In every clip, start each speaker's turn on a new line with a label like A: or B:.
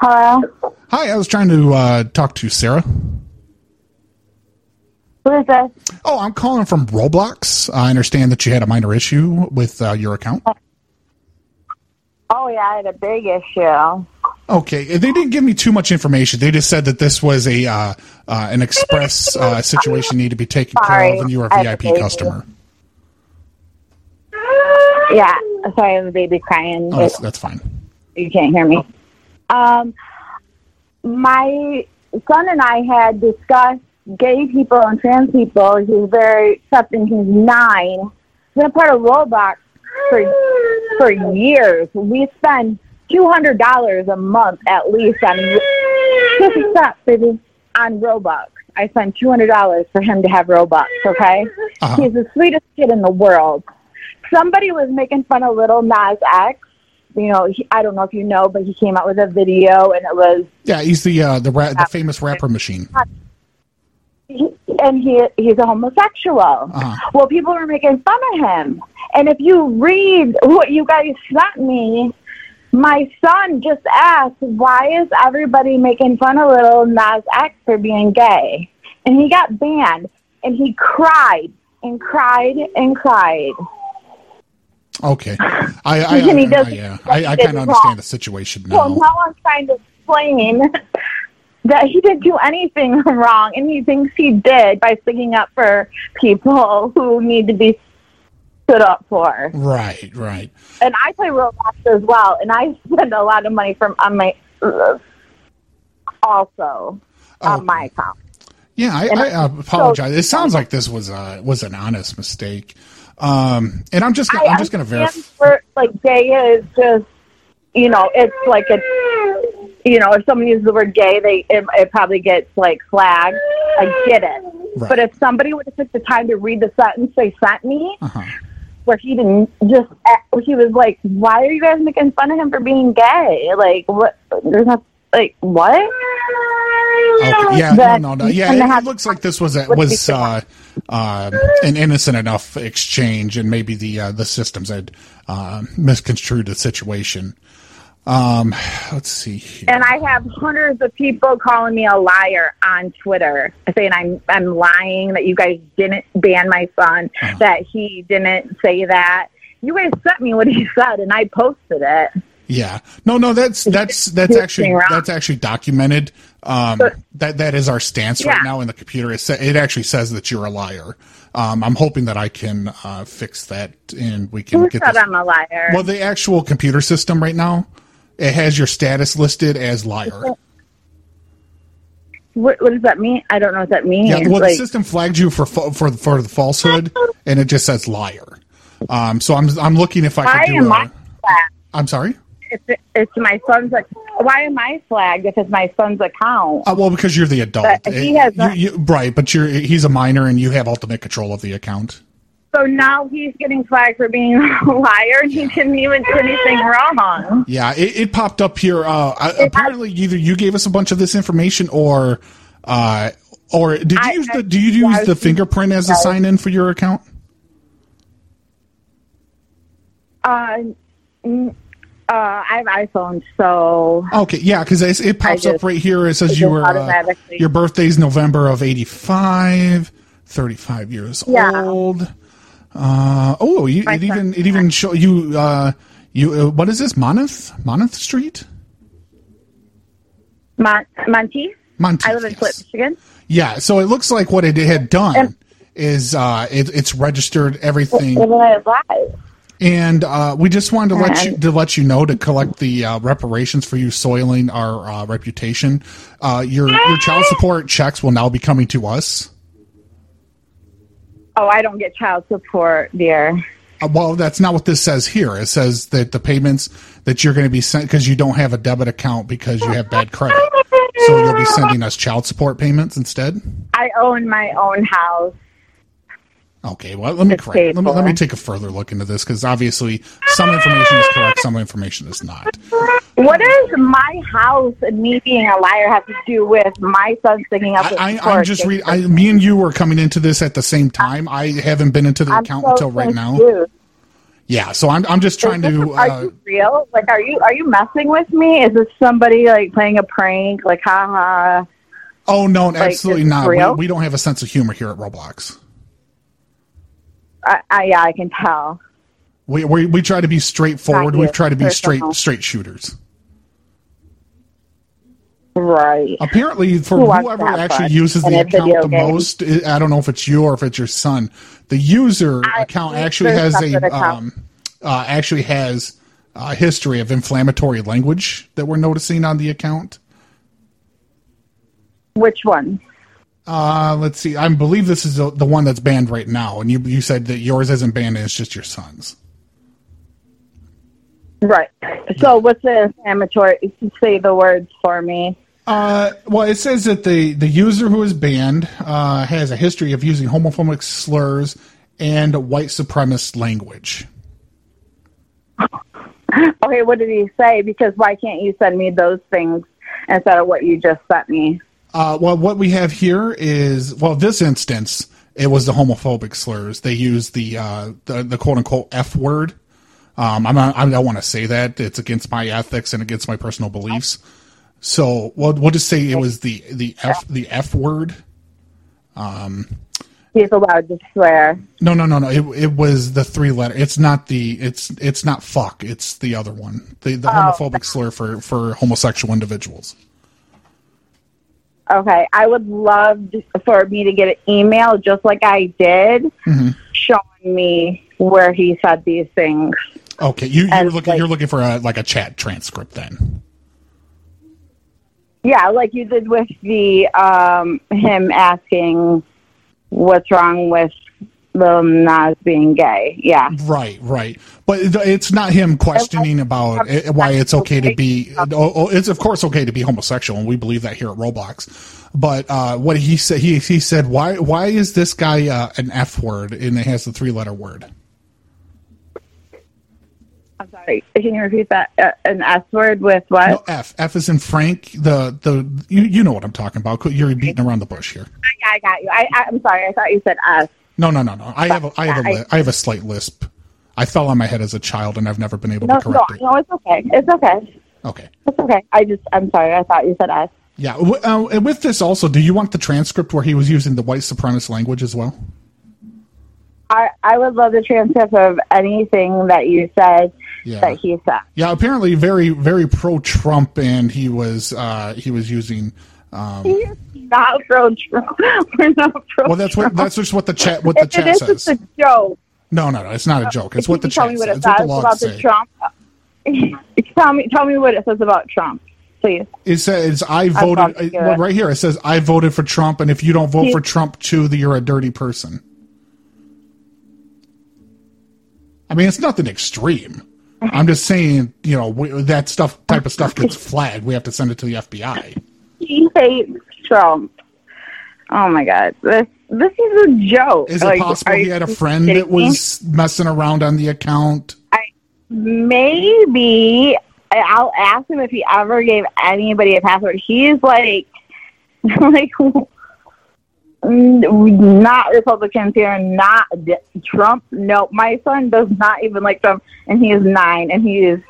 A: Hello.
B: Hi, I was trying to uh, talk to Sarah.
A: Who is this?
B: Oh, I'm calling from Roblox. I understand that you had a minor issue with uh, your account.
A: Oh yeah, I had a big issue.
B: Okay, they didn't give me too much information. They just said that this was a uh, uh, an express uh, situation need to be taken care
A: Sorry,
B: of, and you were
A: I
B: a
A: have a
B: VIP
A: baby.
B: customer.
A: Yeah. Sorry, I have a baby crying.
B: Oh, that's, that's fine.
A: you can't hear me. Um, my son and I had discussed gay people and trans people. He's very accepting. He's nine. He's been a part of Roblox for for years. We spend two hundred dollars a month at least on just stop, baby, on Robux. I spend two hundred dollars for him to have Robux. Okay,
B: Uh-huh.
A: he's the sweetest kid in the world. Somebody was making fun of little Nas X. You know, he, I don't know if you know, but he came out with a video, and it was
B: Yeah, he's the uh, the ra- the famous rapper machine.
A: he, and he he's a homosexual.
B: Uh-huh.
A: Well, people were making fun of him, and if you read what you guys sent me, my son just asked, "Why is everybody making fun of little Nas X for being gay?" And he got banned, and he cried and cried and cried.
B: Okay, I I, I,
A: And he
B: I
A: doesn't-
B: yeah I, I
A: it's
B: kind of
A: wrong.
B: understand the situation
A: Well,
B: now.
A: now I'm trying to explain that he didn't do anything wrong, and he thinks he did by sticking up for people who need to be stood up for.
B: Right, right.
A: And I play Roblox as well, and I spend a lot of money from on my also on
B: Okay.
A: my account.
B: Yeah, I,
A: And
B: I
A: I-
B: apologize. it sounds like this was uh was an honest mistake, um, and I'm just gonna,
A: I
B: I'm just going to verify.
A: understand where, like gay is just you know it's like a you know if someone uses the word gay they it, it probably gets like flagged. I get it,
B: Right.
A: but if somebody would have took the time to read the sentence they sent me,
B: Uh-huh.
A: where he didn't just eh, he was like, why are you guys making fun of him for being gay? Like what? There's not like what?
B: Okay. Yeah,
A: That
B: no, no, no.
A: he's
B: Yeah,
A: gonna
B: it,
A: have-
B: it looks like this was a, was uh, uh, an innocent enough exchange, and maybe the uh, the systems had uh, misconstrued the situation. Um, let's see. Here.
A: And I have hundreds of people calling me a liar on Twitter, saying I'm I'm lying that you guys didn't ban my son, that he didn't say that. You guys sent me what he said, and I posted it.
B: Yeah. No, no, that's that's that's
A: You're
B: actually
A: being wrong.
B: that's actually documented. Um, that that is our stance right
A: Yeah.
B: now in the computer. It, sa- it actually says that you're a liar. Um, I'm hoping that I can uh, fix that and we can
A: Who
B: get
A: said
B: this.
A: I'm a liar?
B: Well, the actual computer system right now, it has your status listed as liar.
A: what, what does that mean? I don't know what that means.
B: Yeah, well, the
A: like,
B: system flagged you for fa- for for the falsehood, and it just says liar. Um, so I'm I'm looking if I
A: why
B: can do.
A: am
B: a-
A: I flagged?
B: I'm sorry.
A: It's, it's my son's. Like, why am I flagged if it's my son's account?
B: Uh, well, because you're the adult,
A: But he
B: Uh,
A: has not-
B: you, you, right? But you're he's a minor, and you have ultimate control of the account.
A: So now he's getting flagged for being a liar, and he didn't even do anything wrong.
B: Yeah, it, it popped up here. Uh, I- apparently, either you gave us a bunch of this information, or uh, or did you
A: I-
B: use
A: I-
B: the do you
A: yeah, I
B: use the
A: was-
B: fingerprint as a sign in for your account?
A: Uh, n- uh, I have iPhone, so
B: Okay, yeah, because it, it pops up
A: just-
B: right here. It says
A: it
B: you
A: just
B: were uh,
A: automatically-
B: your birthday's November of 85, 35 years
A: Yeah.
B: old. Uh, oh, you, it
A: son-
B: even it even show you uh, you uh, what is this Monmouth Monmouth Street
A: Mon- Monty.
B: Monmouth.
A: I live in
B: yes.
A: Flint, Michigan.
B: Yeah, so it looks like what it had done is uh, it, it's registered everything
A: Live in Ohio.
B: And uh, we just wanted to let
A: Alright.
B: you to let you know to collect the uh, reparations for you soiling our uh, reputation. Uh, your your child support checks will now be coming to us.
A: Oh, I don't get child support, dear.
B: Uh, well, that's not what this says here. It says that the payments that you're going to be sent because you don't have a debit account because you have bad credit, so you'll be sending us child support payments instead.
A: I own my own house.
B: Okay, well, let me
A: It's
B: correct. Let me, let me
A: painful.
B: take a further look into this because obviously some information is correct, some information is not.
A: What does my house and me being a liar have to do with my son sticking up? with
B: I, I, I'm
A: pork?
B: just read. I, me and you were coming into this at the same time. I haven't been into the
A: I'm
B: account
A: so
B: until right now.
A: confused.
B: Yeah, so I'm I'm just trying
A: Is this-
B: to.
A: are
B: Uh,
A: you real? Like, are you are you messing with me? Is this somebody like playing a prank? Like, haha.
B: oh no,
A: is
B: absolutely
A: this
B: not. We,
A: real?
B: we don't have a sense of humor here at Roblox.
A: I, I, yeah, I can tell.
B: We we, we try to be straightforward.
A: Not
B: We
A: you,
B: try to be
A: first of
B: straight
A: all.
B: straight shooters.
A: Right.
B: Uh, Apparently, for
A: Who wants
B: whoever
A: to have
B: actually
A: fun
B: uses
A: in
B: the
A: a
B: account
A: video
B: the
A: game?
B: most, I I don't know if it's you or if it's your son. The user
A: I-
B: account
A: there's
B: actually has
A: something
B: a
A: to come.
B: um, uh, actually has a history of inflammatory language that we're noticing on the account.
A: Which one?
B: Uh, let's see. I believe this is the, the one that's banned right now, and you you said that yours isn't banned; and it's just your son's.
A: Right. So, what's the amateur? Say the words for me.
B: Uh, well, it says that the, the user who is banned uh, has a history of using homophobic slurs and white supremacist language.
A: Okay, what did he say? Because why can't you send me those things instead of what you just sent me?
B: Uh, well, what we have here is well, this instance it was the homophobic slurs. They used the uh, the, the quote unquote f word. Um, I'm not, I don't want to say that. It's against my ethics and against my personal beliefs. So we'll, we'll just say it was the the f the f word.
A: He's allowed to swear.
B: No, no, no, no. It, it was the three letter. It's not the. It's it's not fuck. It's the other one. The
A: Oh.
B: the homophobic slur for for homosexual individuals.
A: Okay, I would love just for me to get an email just like I did showing me where he said these things.
B: Okay, you you're
A: And,
B: looking
A: like-
B: you're looking for a like a chat transcript then.
A: Yeah, like you did with the um, him asking what's wrong with Lil Nas being gay. Yeah.
B: Right, right. But it- it's not him questioning about it, why it's okay to be. oh, oh, It's of course okay to be homosexual, and we believe that here at Roblox. But uh, what he said, he he said, why why is this guy uh, an F word and it has the three letter word?
A: I'm sorry. Can you repeat that? Uh, an S word with what? Oh,
B: No, F F is in Frank. The the you you know what I'm talking about. You're beating around the bush here.
A: Yeah, I got you. I, I, I'm sorry. I thought you said S.
B: No, no, no, no. I have a, I have a
A: I-
B: li- I have a slight lisp. I fell on my head as a child, and I've never been able
A: No,
B: to
A: no,
B: correct it.
A: no, it's okay. It's okay.
B: Okay.
A: It's okay. I just, I'm sorry. I thought you said S.
B: Yeah. W- uh, and with this also, do you want the transcript where he was using the white supremacist language as well?
A: I, I would love the transcript of anything that you said
B: Yeah.
A: that he said.
B: Yeah. Apparently, very very pro Trump, and he was uh, he was using. Um,
A: He's not pro Trump. We're not pro
B: well, that's what
A: Trump.
B: that's just what the chat what the
A: If it
B: chat
A: is, it's
B: says.
A: a joke.
B: No, no, no. It's not a joke. It's
A: Can
B: what the
A: you tell
B: chat
A: me
B: says.
A: what it
B: It's what the
A: says about
B: laws
A: the
B: say.
A: Trump. tell me, tell me what it says about Trump, please.
B: It says I
A: love
B: voted
A: to
B: I-
A: hear
B: well,
A: it.
B: right here. It says I voted for Trump, and if you don't vote
A: He-
B: for Trump too, then you're a dirty person. I mean, it's nothing extreme. I'm just saying, you know, we, that stuff type of stuff gets flagged. We have to send it to the FBI.
A: He hates Trump. Oh my God, this this is a joke.
B: Is it
A: Like,
B: possible
A: are
B: he
A: you
B: had a friend that
A: kidding me?
B: was messing around on the account?
A: Maybe I- I'll ask him if he ever gave anybody a password. He's like, like mm, not Republicans here, not d- Trump. No, my son does not even like Trump, and he is nine, and he is.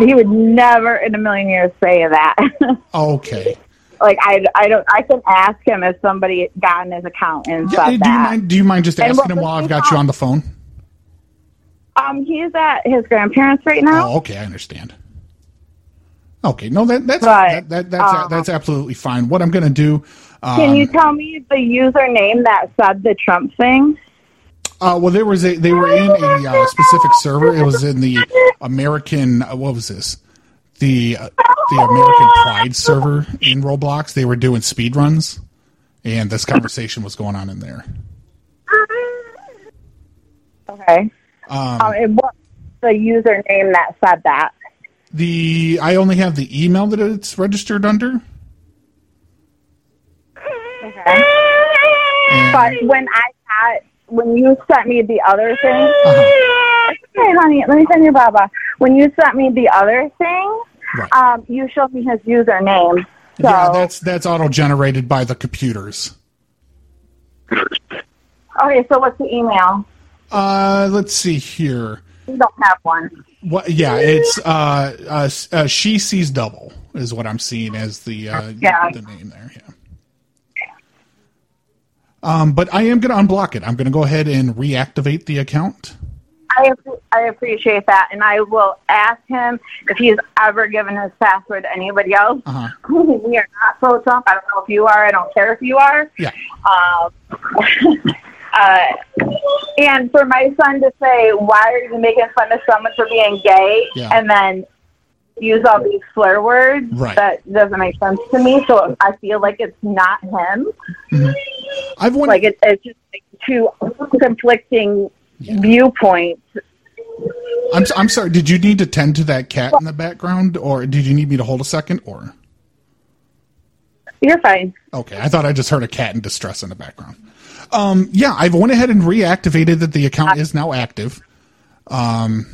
A: He would never in a million years say that.
B: Okay.
A: like I, I don't. I can ask him if somebody got on his account and
B: Yeah,
A: said
B: do you
A: that.
B: mind? Do you mind just
A: And
B: asking
A: what
B: him
A: was
B: while I've
A: his
B: got you
A: mom?
B: on the phone?
A: Um, he's at his grandparents right now.
B: Oh, okay, I understand. Okay, no, that that's
A: Right.
B: that, that that's
A: Uh,
B: that's absolutely fine. What I'm going to do,
A: Can
B: um,
A: you tell me the username that said the Trump thing?
B: uh, well, there was a they were in a uh, specific server. It was in the American uh, what was this? The uh, the American Pride server in Roblox. They were doing speed runs, and this conversation was going on in there.
A: Okay.
B: Um,
A: Um, it was the username that said that.
B: the I only have the email that it's registered under.
A: Okay.
B: And,
A: But when I had, when you sent me the other thing,
B: Uh-huh.
A: hey, honey, let me send you Baba. When you sent me the other thing,
B: right.
A: um, you showed me his username. So,
B: yeah, that's that's auto generated by the computers.
A: okay, so what's the email?
B: Uh, let's see here.
A: we don't have one.
B: What? Yeah, it's uh, uh, s- uh, she sees double is what I'm seeing as the uh,
A: Yeah.
B: the name there. Yeah. Um, but I am going to unblock it. I'm going to go ahead and reactivate the account.
A: I app- I appreciate that, and I will ask him if he's ever given his password to anybody else.
B: Uh-huh.
A: we are not pro Trump. I don't know if you are. I don't care if you are.
B: Yeah.
A: Um, uh, and for my son to say, "Why are you making fun of someone for being gay?"
B: Yeah.
A: and then use all these slur words
B: Right.
A: that doesn't make sense to me. So I feel like it's not him.
B: I've wondered.
A: Like it, it's just like two conflicting viewpoints.
B: I'm s- I'm sorry. Did you need to tend to that cat in the background, or did you need me to hold a second? Or
A: You're fine.
B: okay, I thought I just heard a cat in distress in the background. Um, yeah, I've went ahead and reactivated that. The account is now active, um,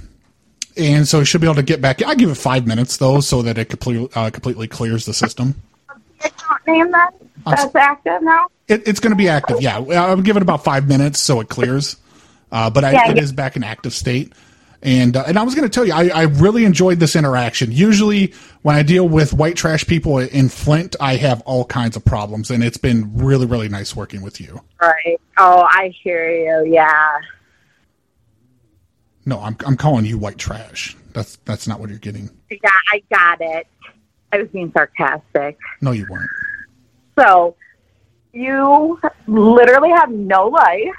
B: and so you should be able to get back. I give it five minutes though, so that it completely uh, completely clears the system.
A: Account name then? That's active now.
B: It, it's going to be active. Yeah, I would give it about five minutes so it clears. Uh, but I,
A: Yeah,
B: it
A: yeah.
B: is back in active state. And uh, and I was going to tell you, I, I really enjoyed this interaction. Usually, when I deal with white trash people in Flint, I have all kinds of problems, and it's been really really nice working with you.
A: Right. Oh, I hear you. Yeah.
B: No, I'm I'm calling you white trash. That's that's not what you're getting.
A: Yeah, I got it. I was being sarcastic.
B: No, you weren't.
A: So you literally have no life.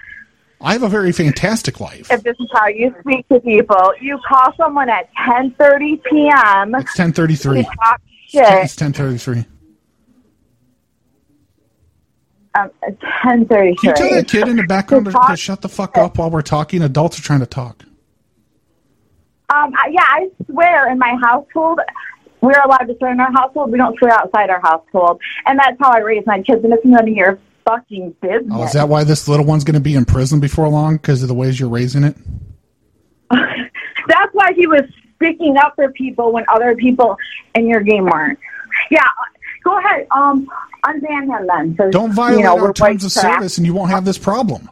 B: I have a very fantastic life.
A: If this is how you speak to people, you call someone at 10:30 p.m.
B: It's ten thirty
A: to
B: three.
A: talk shit.
B: It's ten thirty three.
A: Um, at 10:30.
B: Can you tell that kid in the background to,
A: talk-
B: to shut the fuck up while we're talking? Adults are trying to talk.
A: Um, I- yeah, I swear in my household, we're allowed to swear in our household. We don't swear outside our household, and that's how I raise my kids. And it's none of your fucking business.
B: Oh, is that why this little one's going to be in prison before long? Because of the ways you're raising it?
A: That's why he was sticking up for people when other people in your game weren't. Yeah, go ahead. Um, unban him then. 'cause,
B: Don't violate
A: you know,
B: our
A: we're white
B: terms of
A: trash.
B: service and you won't have this problem.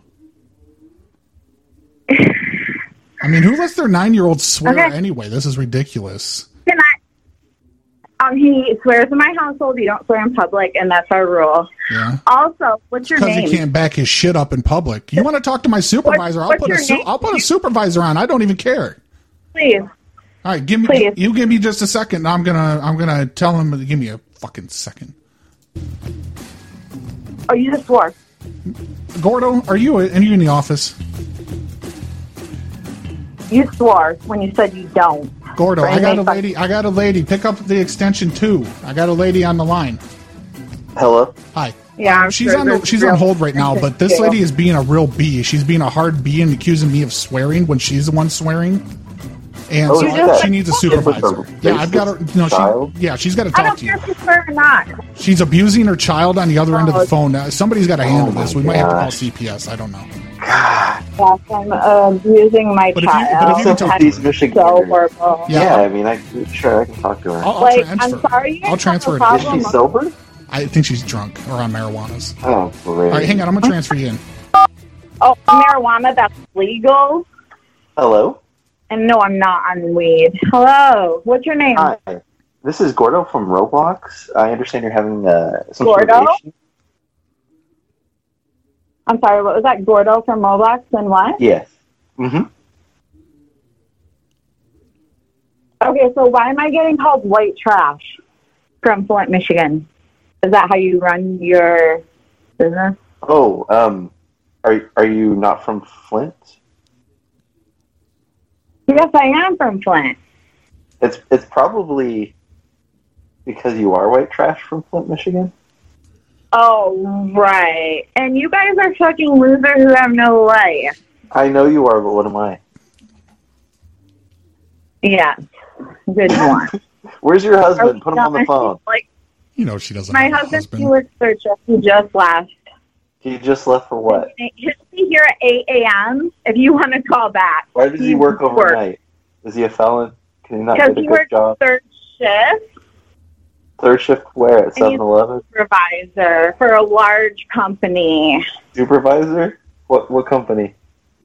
B: I mean, who lets their nine year old swear
A: Okay.
B: anyway? This is ridiculous.
A: Can I- Um, he swears in my household. You don't swear in public, and that's our rule.
B: Yeah.
A: Also, what's your
B: Because
A: name?
B: he can't back his shit up in public. You want to talk to my supervisor?
A: what's
B: I'll put a
A: your
B: su-
A: name?
B: I'll put a supervisor on. I don't even care.
A: Please.
B: All right, give me
A: Please.
B: you give me just a second. I'm gonna I'm gonna tell him. Give me a fucking second.
A: Oh, you just swore.
B: Gordo, are you are you in the office?
A: You swore when you said you don't.
B: Gordo, I
A: Right,
B: got a
A: right, fuck.
B: lady. I got a lady. Pick up the extension two. I got a lady on the line.
C: Hello.
B: Hi.
A: Yeah, I'm
B: She's
A: sure
B: on the,
A: there's
B: she's on
A: real-
B: hold right now, but this lady is being a real bee. She's being a hard bee and accusing me of swearing when she's the one swearing. And
C: Oh,
B: so
C: you just-
B: she needs a
C: Just with
B: supervisor.
C: some
B: Yeah, I've got her. No,
C: child?
B: she. Yeah, she's got to
A: I
B: talk
A: don't
B: to
A: care
B: you.
A: if you swear or not.
B: She's abusing her child on the other end of the
A: Oh.
B: phone. Now, somebody's got to handle
C: my
B: this. We might have to call
C: gosh.
B: CPS. I don't know.
A: Yes, I'm abusing my
B: But if you- but if
A: child.
B: you can tell-
A: I'm
C: These Michigan.
A: so horrible.
B: Yeah. Oh,
C: I mean, I sure I can talk to her.
B: I'll, I'll
A: Like, I'm
B: transfer.
A: sorry you
B: I'll
A: have a
B: transfer. It.
A: problem.
C: Is she sober?
B: I think she's drunk or on marijuana's.
C: Oh, great.
B: All right, hang on. I'm gonna transfer you in.
A: Oh, marijuana that's legal.
C: Hello.
A: And no, I'm not on weed. Hello, what's your name?
C: Hi. This is Gordo from Roblox. I understand you're having uh, some
A: Gordo?
C: sort of issue.
A: I'm sorry, what was that? Gordo from Roblox and what?
C: Yes. Mm-hmm.
A: Okay, so why am I getting called white trash from Flint, Michigan? Is that how you run your business?
C: Oh, um, are are you not from Flint?
A: Yes, I am from Flint.
C: It's it's probably because you are white trash from Flint, Michigan.
A: Oh, right. And you guys are fucking losers who have no life.
C: I know you are, but what am I?
A: Yes. Good one.
C: Where's your
A: Are we
C: husband? Put him on the
A: dumb?
C: phone.
A: Like
B: You know she doesn't.
A: my
B: have a
A: husband, he works for just he just left.
C: He just left for what?
A: He'll be here at eight a.m. If you want to call back.
C: Why does he work overnight? Is he a felon? Can he not
A: Because
C: get a
A: he
C: good
A: works
C: job?
A: third shift
C: Third shift where at
A: And he's-
C: Seven Eleven?
A: supervisor for a large company.
C: Supervisor? What what company?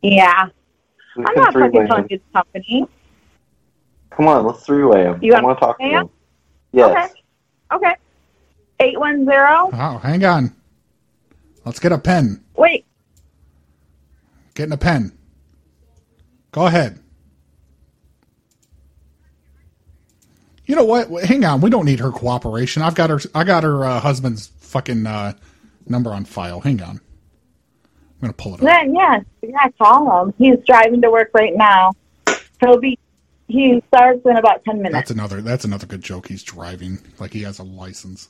A: Yeah,
C: We
A: I'm
C: can
A: not
C: three-way
A: fucking
C: him.
A: Funk's company.
C: Come on, let's three-way him.
A: You
C: I want
A: want
C: to talk to
A: three-way
C: him. Yes.
A: Okay. 810.
B: Oh, hang on. Let's get a pen.
A: Wait,
B: Getting a pen. Go ahead. You know what? Wait, Hang on. We don't need her cooperation. I've got her. I got her uh, husband's fucking uh, number on file. Hang on. I'm gonna pull it up.
A: then yes, yeah, call him. He's driving to work right now. He'll be, he starts in about 10 minutes.
B: That's another. That's another good joke. He's driving like he has a license.